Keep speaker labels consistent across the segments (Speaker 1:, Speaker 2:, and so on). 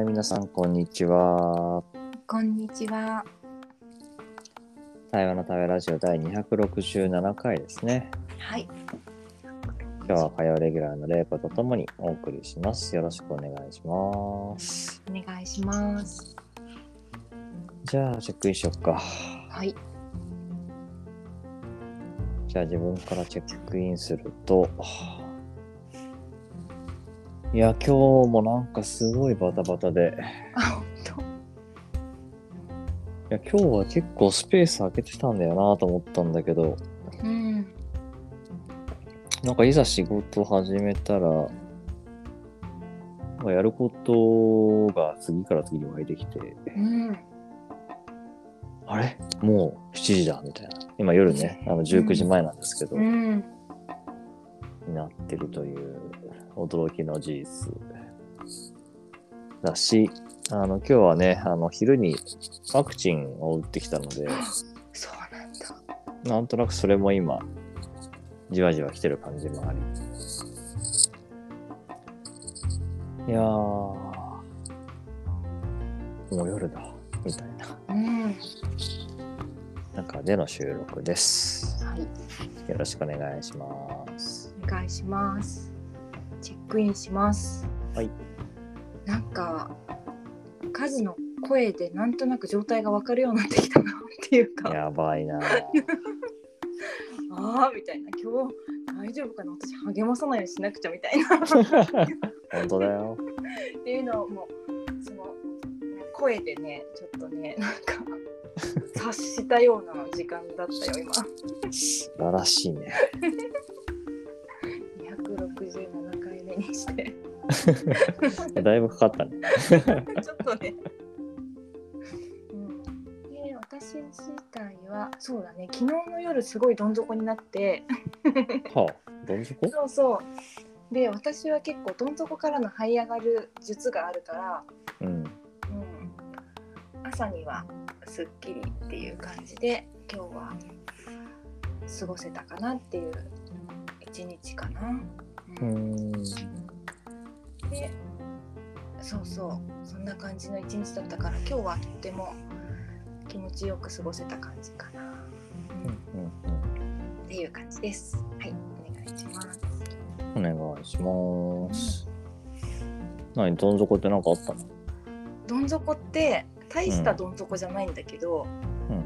Speaker 1: い、皆さん、こんにちは。
Speaker 2: こんにちは。
Speaker 1: 台湾のためラジオ第267回ですね。
Speaker 2: はい。
Speaker 1: 今日は火曜レギュラーのレイコとともにお送りします。よろしくお願いします。
Speaker 2: お願いします。
Speaker 1: じゃあ、チェックインしよっか。
Speaker 2: はい。
Speaker 1: じゃあ、自分からチェックインすると。いや、今日もなんかすごいバタバタで。
Speaker 2: あ、本当。
Speaker 1: いや、今日は結構スペース空けてたんだよなと思ったんだけど、
Speaker 2: うん。
Speaker 1: なんかいざ仕事始めたら、まあやることが次から次に湧いてきて、
Speaker 2: うん。
Speaker 1: あれもう7時だみたいな。今夜ね、あの19時前なんですけど、
Speaker 2: うん。
Speaker 1: になってるという驚きの事実だし、あの今日はね、あの昼にワクチンを打ってきたので、
Speaker 2: そうなんだ。
Speaker 1: なんとなくそれも今、じわじわ来てる感じもあり。いやー、もう夜だ、みたいな
Speaker 2: うん。
Speaker 1: 中での収録です。
Speaker 2: はい。
Speaker 1: よろしくお願いします。
Speaker 2: お願いします。チェックインします。
Speaker 1: はい。
Speaker 2: なんか。数の声で、なんとなく状態がわかるようになってきたなっていうか。
Speaker 1: やばいな。
Speaker 2: ああ、みたいな、今日。大丈夫かな、私励まさないようにしなくちゃみたいな。
Speaker 1: 本当だよ。
Speaker 2: っていうのをもうその声でねちょっとねなんか察したような時間だったよ
Speaker 1: 素晴らしいね。
Speaker 2: 今267回目にして
Speaker 1: だいぶかかったね。
Speaker 2: ちょっとね、うん、で私自体はそうだね昨日の夜すごいどん底になって
Speaker 1: はあ、どん底
Speaker 2: そうそうで私は結構どん底からの這い上がる術があるから、
Speaker 1: うん。
Speaker 2: うん、朝にはすっきりっていう感じで今日は過ごせたかなっていう一日かな。
Speaker 1: う
Speaker 2: うん
Speaker 1: ん。
Speaker 2: でそうそうそんな感じの一日だったから今日はとっても気持ちよく過ごせた感じかな、うんっていう感じです。はいお願いします。
Speaker 1: お願いします。何、どん底ってなんかあったの
Speaker 2: どん底って大したどん底じゃないんだけど、
Speaker 1: うん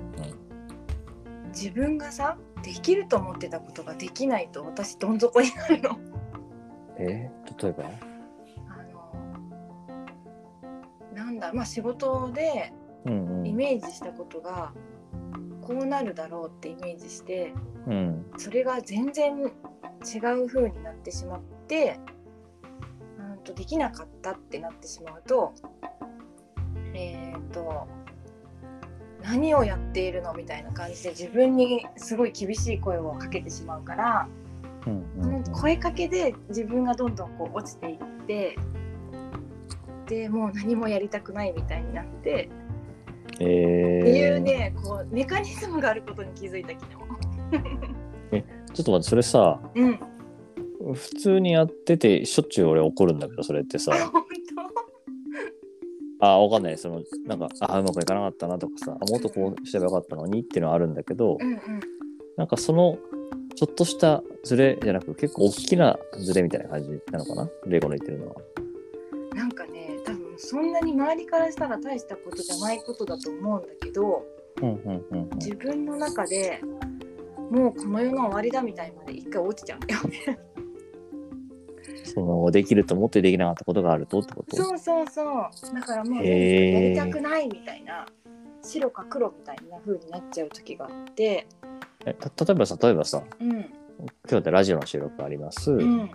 Speaker 2: 自分がさできると思ってたことができないと私どん底になるの。
Speaker 1: うん。え例えば
Speaker 2: あのなんだまあ仕事で
Speaker 1: うんうん。
Speaker 2: イメージしたことがこうなるだろうってイメージして
Speaker 1: うん。
Speaker 2: それが全然違う風になってしまってうんとできなかったってなってしまうとえっ、と何をやっているのみたいな感じで自分にすごい厳しい声をかけてしまうから、
Speaker 1: うんう
Speaker 2: そ
Speaker 1: んう
Speaker 2: の
Speaker 1: ん
Speaker 2: 声かけで自分がどんどんこう落ちていってでもう何もやりたくないみたいになって、
Speaker 1: え
Speaker 2: ってい
Speaker 1: ー
Speaker 2: うねこうメカニズムがあることに気づいた昨日。
Speaker 1: ちょっと待ってそれさ
Speaker 2: うん、
Speaker 1: 普通にやっててしょっちゅう俺怒るんだけどそれってさ
Speaker 2: あ本
Speaker 1: あわかんないそのなんかあうまくいかなかったなとかさあもっとこうすればよかったのにっていうのはあるんだけど
Speaker 2: 当うんうん
Speaker 1: なんかそのちょっとしたズレじゃなく結構大きなズレみたいな感じなのかなレイコの言ってるのは。
Speaker 2: なんかね多分そんなに周りからしたら大したことじゃないことだと思うんだけど
Speaker 1: うんうんうんうん
Speaker 2: 自分の中でもうこの世の終わりだみたいまで一回落ちちゃうんだよね。
Speaker 1: そのできると思ってできなかったことがあるとってこと
Speaker 2: そうそうそうだからもう
Speaker 1: へー
Speaker 2: やりたくないみたいな、白か黒みたいな風になっちゃう時があって
Speaker 1: えた例えばさ例えばさ
Speaker 2: うん
Speaker 1: 今日ってラジオの収録あります、
Speaker 2: うん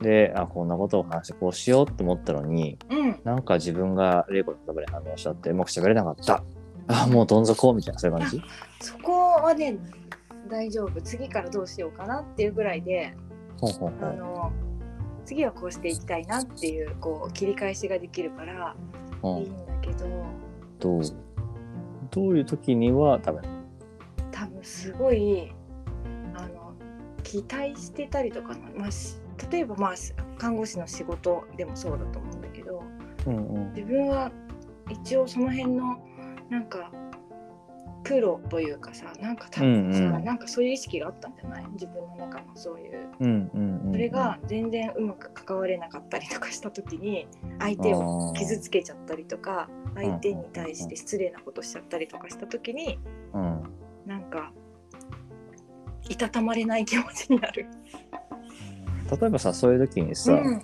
Speaker 1: であこんなことを話してこうしようって思ったのに
Speaker 2: うん
Speaker 1: なんか自分がレイコの言葉で反応しちゃってうまく喋れなかったあもうどん底みたいなそういう感じ
Speaker 2: そこはね大丈夫次からどうしようかなっていうぐらいで
Speaker 1: ほうほうほ
Speaker 2: あ
Speaker 1: う
Speaker 2: の次はこうしていきたいなっていうこう切り返しができるから
Speaker 1: う
Speaker 2: い
Speaker 1: ん
Speaker 2: いんだけど
Speaker 1: どうどういう時にはダメ
Speaker 2: 多分すごいあの期待してたりとかな、まあし例えばまあ看護師の仕事でもそうだと思うんだけど。
Speaker 1: うんうん
Speaker 2: 自分は一応その辺のなんかプロというかさなんか多分さ、
Speaker 1: うんうん
Speaker 2: なんかそういう意識があったんじゃない自分の中のそういう
Speaker 1: うんうんうん
Speaker 2: それが全然うまく関われなかったりとかした時に相手を傷つけちゃったりとか相手に対して失礼なことしちゃったりとかした時に
Speaker 1: うん
Speaker 2: なんかいたたまれない気持ちになる。
Speaker 1: 例えばさそういう時にさ、
Speaker 2: うん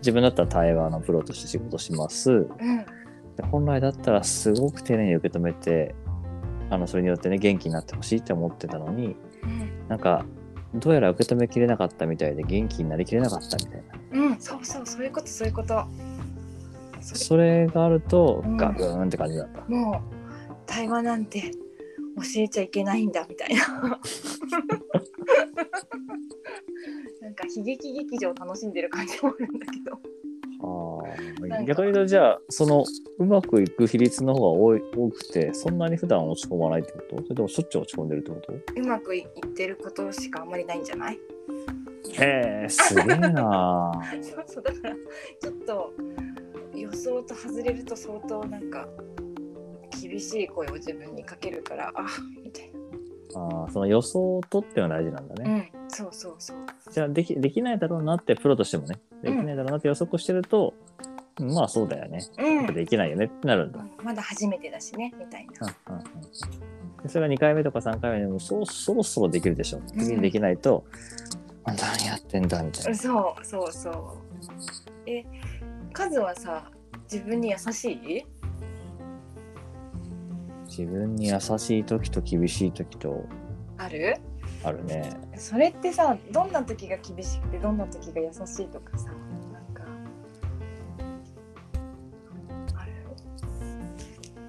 Speaker 1: 自分だったら対話のプロとして仕事します
Speaker 2: うん
Speaker 1: で本来だったらすごく丁寧に受け止めてあのそれによってね元気になってほしいって思ってたのになんかどうやら受け止めきれなかったみたいで元気になりきれなかったみたいな
Speaker 2: うん、うん、そうそうそういうことそういうこと。それ
Speaker 1: それがあると
Speaker 2: うん
Speaker 1: ガブーンって感じだった、
Speaker 2: もう対話なんて教えちゃいけないんだみたいななんか悲劇劇場を楽しんでる感じもあるんだけどな
Speaker 1: あー
Speaker 2: んか
Speaker 1: 逆に言うとじゃあそのうまくいく比率の方が多い多くてそんなに普段落ち込まないってことそれともしょっちゅう落ち込んでるってこと
Speaker 2: うまくいってることしかあんまりないんじゃない
Speaker 1: へえすげえなー
Speaker 2: そうそうだからちょっと予想と外れると相当なんか厳しい声を自分にかけるからあみたい
Speaker 1: あーその予想とってのは大事なんだね
Speaker 2: な、うんそうそうそう
Speaker 1: じゃあできできないだろうなってプロとしてもねできないだろうなって予測してると、まあそうだよね
Speaker 2: うん
Speaker 1: できないよねってなるんだ、
Speaker 2: まだ初めてだしねみたいな
Speaker 1: うんうんうんでそれが2回目とか3回目でもそろそろそろできるでしょ次にできないと、あ何やってんだみたいな
Speaker 2: そうそうそうえカズはさ自分に優しい
Speaker 1: 自分に優しい時と厳しい時と
Speaker 2: ある
Speaker 1: あるね
Speaker 2: それってさどんな時が厳しくてどんな時が優しいとかさなんかある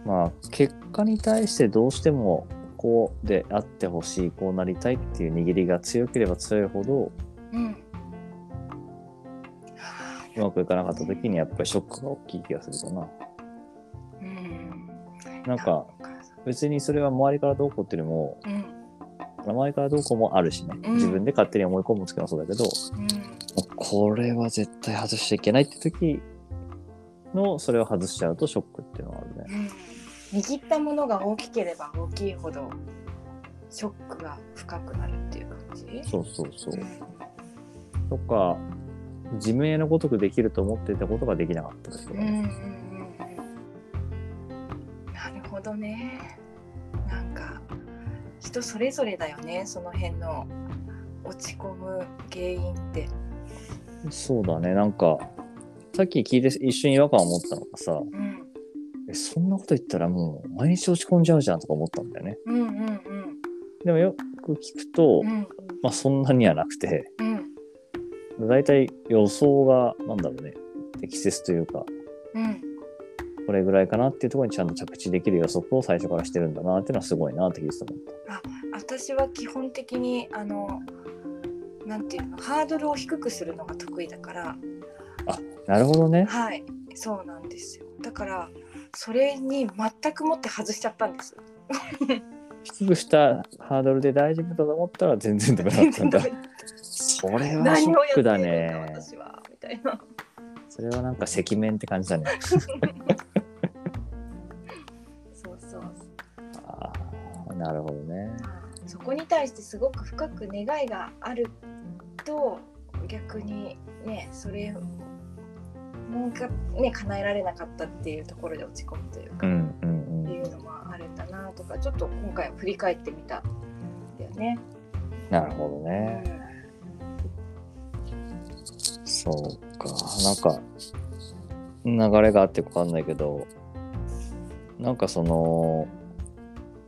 Speaker 1: まあ結果に対してどうしてもこうであってほしいこうなりたいっていう握りが強ければ強いほど
Speaker 2: うん
Speaker 1: うまくいかなかった時にやっぱりショックが大きい気がするかな
Speaker 2: うん
Speaker 1: なんか別にそれは周りからどうこうっていうよりも
Speaker 2: うん
Speaker 1: 周りからどうこうもあるしね
Speaker 2: うん
Speaker 1: 自分で勝手に思い込む時もそうだけど、
Speaker 2: うん
Speaker 1: もうこれは絶対外しちゃいけないって時のそれを外しちゃうとショックっていうのはあるね。
Speaker 2: うん握ったものが大きければ大きいほどショックが深くなるっていう感じ
Speaker 1: そうそうそう
Speaker 2: う
Speaker 1: と
Speaker 2: ん。
Speaker 1: か自明のごとくできると思っていたことができなかった時と
Speaker 2: う
Speaker 1: か
Speaker 2: んうん
Speaker 1: ね。
Speaker 2: うんうんなるほどね。なんか人それぞれだよねその辺の落ち込む原因って。
Speaker 1: そうだねなんかさっき聞いて一瞬違和感を持ったのがさ
Speaker 2: うん
Speaker 1: えそんなこと言ったらもう毎日落ち込んじゃうじゃんとか思ったんだよね。
Speaker 2: うんうん
Speaker 1: でもよく聞くと、
Speaker 2: うんうん
Speaker 1: まあそんなにはなくて
Speaker 2: うん
Speaker 1: だいたい予想がなんだろうね適切というか
Speaker 2: うん
Speaker 1: これぐらいかなっていうところにちゃんと着地できる予測を最初からしてるんだなっていうのはすごいなって聞いてたもん。
Speaker 2: 私は基本的にあのなんていうのハードルを低くするのが得意だから
Speaker 1: なるほどね。
Speaker 2: はいそうなんですよだからそれに全くもって外しちゃったん です。
Speaker 1: 低くしたハードルで大丈夫だと思ったら全然ダメだったんだ。それはシ
Speaker 2: 何
Speaker 1: ョ
Speaker 2: を
Speaker 1: ッ
Speaker 2: やって
Speaker 1: ク
Speaker 2: い
Speaker 1: だ
Speaker 2: るんだ
Speaker 1: ね。
Speaker 2: 私はみたいな。
Speaker 1: それはなんか赤面って感じだね。
Speaker 2: そうそう
Speaker 1: あーなるほどね。
Speaker 2: そこに対してすごく深く願いがあると逆にねそれもがね叶えられなかったっていうところで落ち込むという
Speaker 1: う
Speaker 2: か、
Speaker 1: んうんう
Speaker 2: っ
Speaker 1: ん。
Speaker 2: ていうのもあるんだなとかちょっと今回振り返ってみたんだよね。
Speaker 1: なるほどね。そうか。なんか流れがあってかわかんないけど、なんかその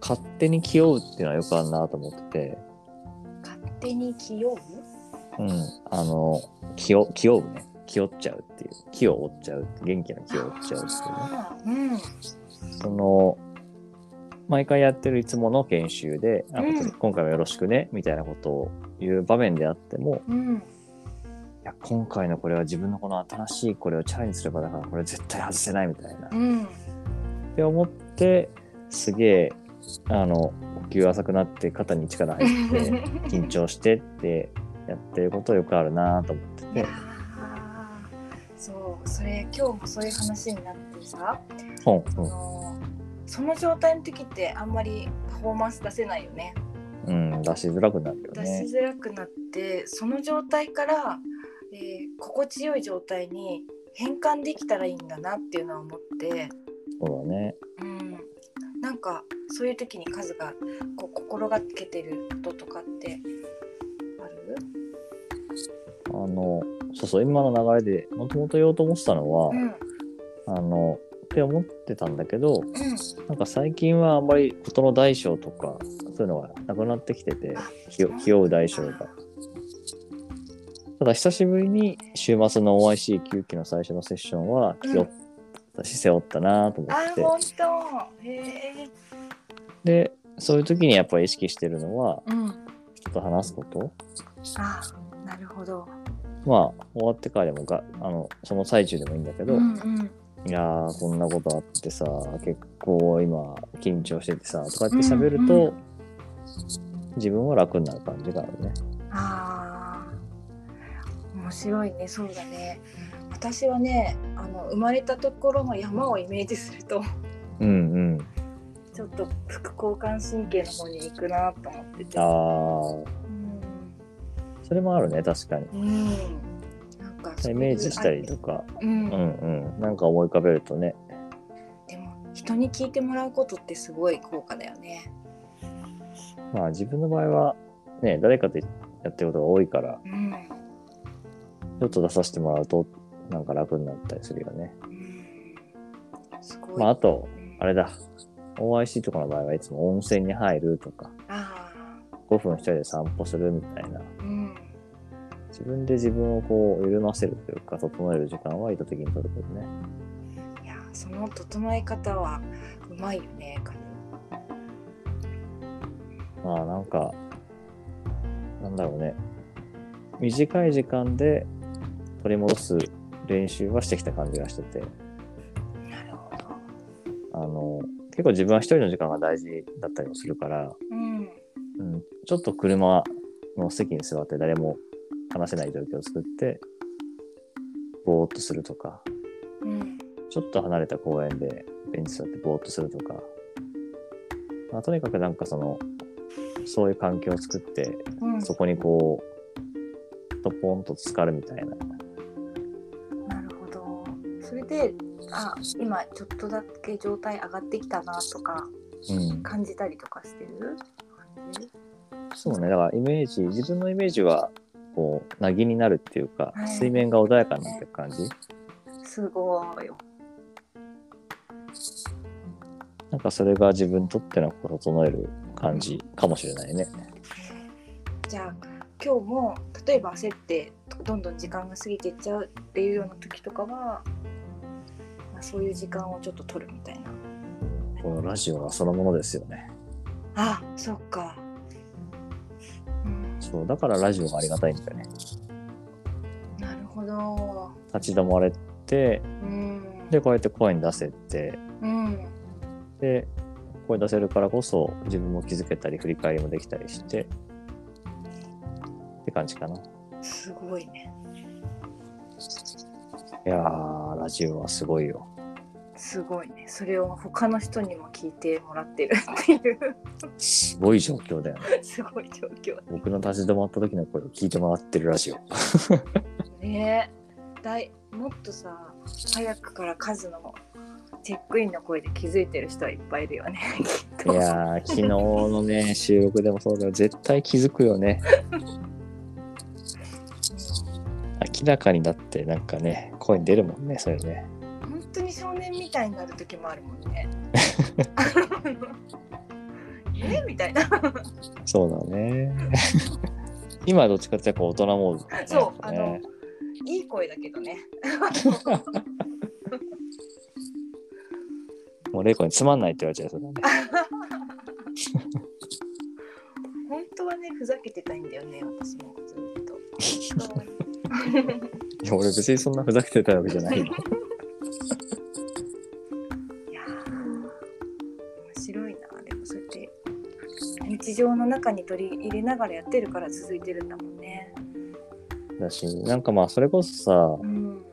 Speaker 1: 勝手に気負うっていうのはよくあるなと思ってて。
Speaker 2: うん勝手に気負う
Speaker 1: うん、あの気を気負うね気負っちゃうっていう気を負っちゃう元気な気を負っちゃうっていうね
Speaker 2: あーうん
Speaker 1: その毎回やってるいつもの研修で、あ
Speaker 2: うん
Speaker 1: こっち今回もよろしくねみたいなことを言う場面であっても
Speaker 2: うん
Speaker 1: いや今回のこれは自分のこの新しいこれをチャレンジすればだからこれ絶対外せないみたいな、
Speaker 2: う
Speaker 1: っ
Speaker 2: ん
Speaker 1: て思ってすげえあの呼吸浅くなって肩に力入って 緊張してってやってることよくあるなと思って
Speaker 2: いや
Speaker 1: て
Speaker 2: ーそうそれ今日もそういう話になってさ、
Speaker 1: ほ
Speaker 2: あのその状態の時ってあんまりパフォーマンス出せないよね
Speaker 1: う、うん、うん、出しづらくなるよ
Speaker 2: 出
Speaker 1: ね。
Speaker 2: しづらくなって、その状態から、えー心地よい状態に変換できたらいいんだなっていうのは思って、
Speaker 1: そうだね。
Speaker 2: うん、なんかそういう時にカズがこう心がけてることとかってある
Speaker 1: あの、そうそう、今の流れでもともと言おうと思ってたのは、
Speaker 2: うんうん
Speaker 1: あの、って思ってたんだけど、なんか最近はあんまり事の大小とか、そういうのがなくなってきてて
Speaker 2: あ、
Speaker 1: 気を気負う大小が。ただ久しぶりに週末の OIC9 期の最初のセッションは気負ったし、背負ったなと思
Speaker 2: あ
Speaker 1: っ
Speaker 2: ー
Speaker 1: て。
Speaker 2: 本当へえ
Speaker 1: で、そういう時にやっぱり意識してるのは、
Speaker 2: うん
Speaker 1: 人と話すこと。
Speaker 2: あなるほど
Speaker 1: まあ、終わってからでもが、あの、その最中でもいいんだけど、
Speaker 2: うんうん
Speaker 1: いやーこんなことあってさ結構今緊張しててさとかって喋ると、
Speaker 2: うんうん
Speaker 1: 自分は楽になる感じがあるね。
Speaker 2: あー面白いねそうだね私はねあの生まれたところの山をイメージすると
Speaker 1: うんうん。
Speaker 2: ちょっと副交感神経の方に行くなと思ってて
Speaker 1: あーそれもあるね確かに。
Speaker 2: うん、うん、なんかそう
Speaker 1: イ
Speaker 2: いう
Speaker 1: メージしたりとか、
Speaker 2: うん
Speaker 1: うんうん、なんか思い浮かべるとね
Speaker 2: でも人に聞いてもらうことってすごい効果だよね
Speaker 1: まあ自分の場合はね誰かとやってることが多いから
Speaker 2: うん、
Speaker 1: ちょっと出させてもらうとなんか楽になったりするよね。
Speaker 2: うん、すごい、
Speaker 1: まああと
Speaker 2: うん
Speaker 1: あれだ OIC とかの場合はいつも温泉に入るとか
Speaker 2: あ
Speaker 1: 5分一人で散歩するみたいな。
Speaker 2: ーうん
Speaker 1: 自分で自分をこう緩ませるというか整える時間は意図的に取ることね
Speaker 2: いやーその整え方はうまいよねカズ
Speaker 1: まあなんかなんだろうね短い時間で取り戻す練習はしてきた感じがしてて
Speaker 2: なるほど
Speaker 1: あの結構自分は一人の時間が大事だったりもするから、
Speaker 2: うん
Speaker 1: うん、ちょっと車の席に座って誰も話せない状況を作ってぼーっとするとか
Speaker 2: うん
Speaker 1: ちょっと離れた公園でベンチ座ってぼーっとするとか、まあ、とにかくなんかその、そういう環境を作って、
Speaker 2: うん
Speaker 1: そこにこう、とポンと浸かるみたいな。
Speaker 2: なるほどそれであ今ちょっとだけ状態上がってきたなとか
Speaker 1: うん、
Speaker 2: 感じたりとかしてる感じ
Speaker 1: そうね、だからイメージ、自分のイメージは、こう、なぎになるっていうか
Speaker 2: は、い
Speaker 1: 水面が穏やかになってる感じ。
Speaker 2: すごいよ
Speaker 1: なんかそれが自分にとってのこう整える感じかもしれないね。
Speaker 2: じゃあ今日も例えば焦ってどんどん時間が過ぎていっちゃうっていうような時とかは、まあ、そういう時間をちょっと取るみたいな
Speaker 1: このラジオはそのものですよね。
Speaker 2: あそっか、うん、
Speaker 1: そう、だからラジオがありがたいんだよね。
Speaker 2: なるほど
Speaker 1: 立ち止まれて、
Speaker 2: うん
Speaker 1: で、こうやって声に出せて、
Speaker 2: うん
Speaker 1: で声出せるからこそ自分も気づけたり振り返りもできたりしてって感じかない
Speaker 2: すごいね
Speaker 1: やーラジオはすごいよ
Speaker 2: すごいねそれを他の人にも聞いてもらってるっていう
Speaker 1: すごい状況だよね
Speaker 2: すごい状況
Speaker 1: 僕の立ち止まった時の声を聞いてもらってるラジオ
Speaker 2: ねだいもっとさ早くから数のチェックインの声で気づいてる人はいっぱいいるよねきっと
Speaker 1: いや ー昨日のね収録でもそうだよ絶対気づくよね明らかにだってなんかね声に出るもんねそれね
Speaker 2: うん本当に少年みたいになる時もあるもんねえみたいな
Speaker 1: そうだ ね今はどっちかっていうとこう大人モードだね
Speaker 2: そう
Speaker 1: やっぱね
Speaker 2: いい声だけどね
Speaker 1: もう玲子につまんないって言われちゃいそうだね
Speaker 2: 本当はねふざけてたいんだよね私もずっと
Speaker 1: いや俺別にそんなふざけてたわけじゃないよ。
Speaker 2: いやー面白いなでもそうやって日常の中に取り入れながらやってるから続いてるんだもんね
Speaker 1: だしなんかまあそれこそさ
Speaker 2: うん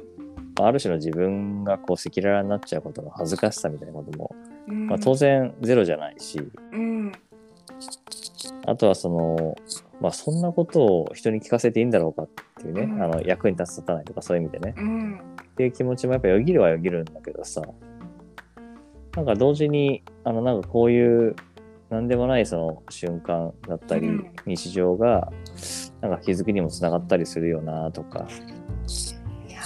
Speaker 1: まあある種の自分がこう赤裸々になっちゃうことの恥ずかしさみたいなことも、
Speaker 2: うん
Speaker 1: まあ、当然ゼロじゃないし、
Speaker 2: うん
Speaker 1: あとはその、まあ、そんなことを人に聞かせていいんだろうかっていうね、
Speaker 2: うん
Speaker 1: あの役に立つ立たないとかそういう意味でね
Speaker 2: うん
Speaker 1: っていう気持ちもやっぱよぎるはよぎるんだけどさなんか同時にあのなんかこういう何でもないその瞬間だったり、
Speaker 2: うん
Speaker 1: 日常がなんか気づきにもつながったりするよなとか、
Speaker 2: いや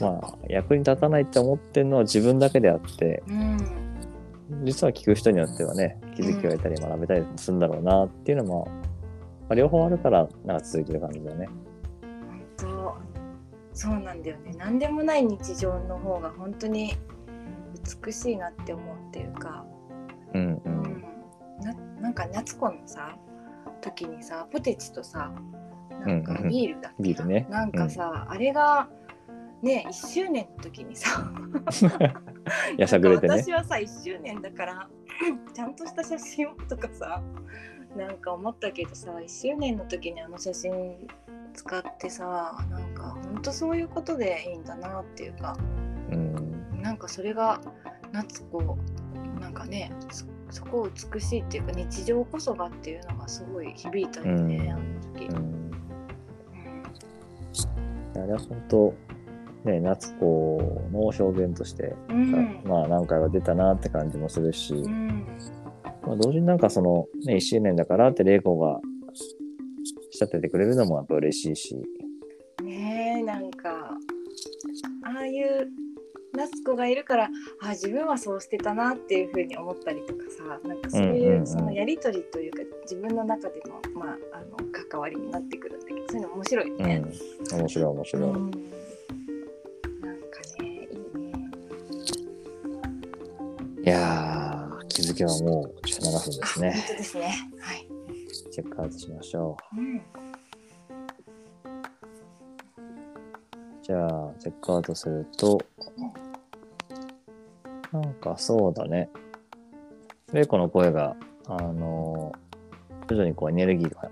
Speaker 1: まあ、役に立たないって思ってるのは自分だけであって
Speaker 2: ーうん
Speaker 1: 実は聞く人によってはね気づきを得たり学べたりもするんだろうなっていうのも、まあ両方あるからなんか続いてる感じだね。
Speaker 2: 本当そうなんだよね何でもない日常の方が本当に美しいなって思うっていうか、
Speaker 1: うんう
Speaker 2: うん
Speaker 1: ん
Speaker 2: ななんか夏子のさ時にさポテチとさなんか
Speaker 1: うんうんうん
Speaker 2: ビールだっけな
Speaker 1: ビールね
Speaker 2: なんかさ、あれがね1周年の時にさ
Speaker 1: やさぐれて
Speaker 2: なん
Speaker 1: ね
Speaker 2: か私はさ1周年だから ちゃんとした写真をとかさなんか思ったけどさ1周年の時にあの写真使ってさなんかほんとそういうことでいいんだなっていうか
Speaker 1: うん
Speaker 2: なんかそれが夏子なんかねそそこを美しいっていうか日常こそがっていうのがすごい響いたよね、
Speaker 1: うん
Speaker 2: あの時。
Speaker 1: うん
Speaker 2: うん
Speaker 1: いやあれは本当ね夏子の表現として、
Speaker 2: うん
Speaker 1: まあ何回は出たなって感じもするし、
Speaker 2: うん
Speaker 1: まあ、同時になんかその、ね、1周年だからって玲子が仕立ててくれるのもやっぱ嬉しいし、
Speaker 2: ねえなんかああいう夏子がいるからあ自分はそうしてたなっていうふうに思ったりとかさなんかそう
Speaker 1: うん
Speaker 2: い
Speaker 1: うんう
Speaker 2: うんそのやり取りというか自分の中での,、まあ、あの関わりになってくるんだけどそういうの面白い
Speaker 1: うん、
Speaker 2: ね。
Speaker 1: 面白い面白い、
Speaker 2: うんなんかねいいね
Speaker 1: いやー気づけばもう17分で
Speaker 2: あ
Speaker 1: す
Speaker 2: 本
Speaker 1: ね
Speaker 2: 当ですね。はい
Speaker 1: チェックアウトしましょ
Speaker 2: うん
Speaker 1: うじゃあチェックアウトするとなんかそうだね玲子の声があの徐々にこうエネルギーが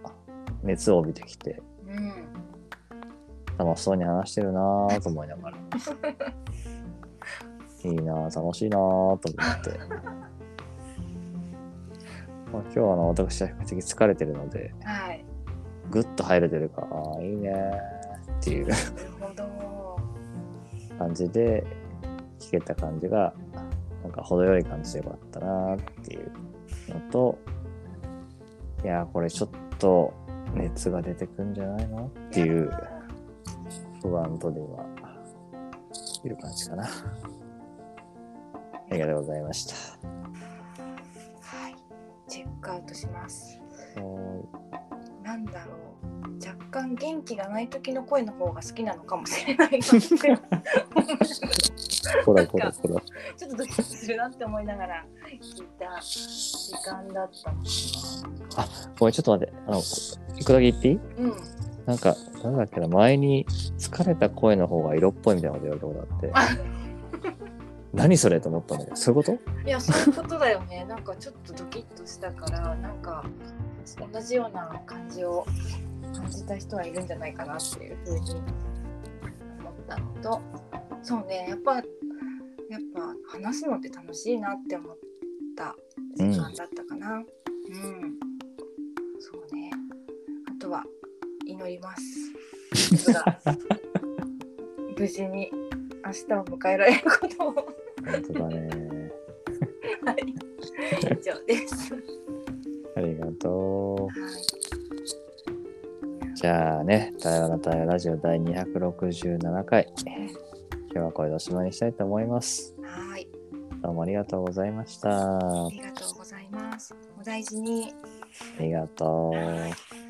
Speaker 1: 熱を帯びてきて
Speaker 2: うん
Speaker 1: 楽しそうに話してるなぁと思いながらいいなぁ楽しいなぁと思って、まあ、今日はあの私は比較的疲れてるので
Speaker 2: はい
Speaker 1: ぐっと入れてるからああいいねーっていう
Speaker 2: なるほど。
Speaker 1: 感じで聞けた感じがなんか程よい感じでよかったなーっていうのといやーこれちょっと熱が出てくんじゃないのっていう。不安とではいる感じかな。ありがとうございました。
Speaker 2: はいチェックアウトします。
Speaker 1: は
Speaker 2: なんだろう若干元気がない時の声の方が好きなのかもしれ ないなって
Speaker 1: ーいこらこらこら。
Speaker 2: ちょっとドキドキするなって思いながら聞いた時間だったの
Speaker 1: ごめん、ちょっと待って。あの、一個だけ言っていい
Speaker 2: うん
Speaker 1: なんか、なんだっけな、前に疲れた声の方が色っぽいみたいなこと言われたことあって。何それと思ったんだけど、そういうこと
Speaker 2: いやそういうことだよね なんかちょっとドキッとしたからなんか同じような感じを感じた人はいるんじゃないかなっていうふうに思ったのとそうねやっぱやっぱ話すのって楽しいなって思った時間だったかなうん、そうねあとは祈ります僕が無事に明日を迎えられることを
Speaker 1: 本当だね。
Speaker 2: はい、以上です。は
Speaker 1: ありがと
Speaker 2: い、
Speaker 1: う。じゃあね、対話の対話ラジオ第267回。今日はこれでおしまいにしたいと思います。
Speaker 2: はい、
Speaker 1: どうもありがとうございました。
Speaker 2: あ
Speaker 1: あ
Speaker 2: りがとうございます。お大事に。
Speaker 1: りがとう。
Speaker 2: はい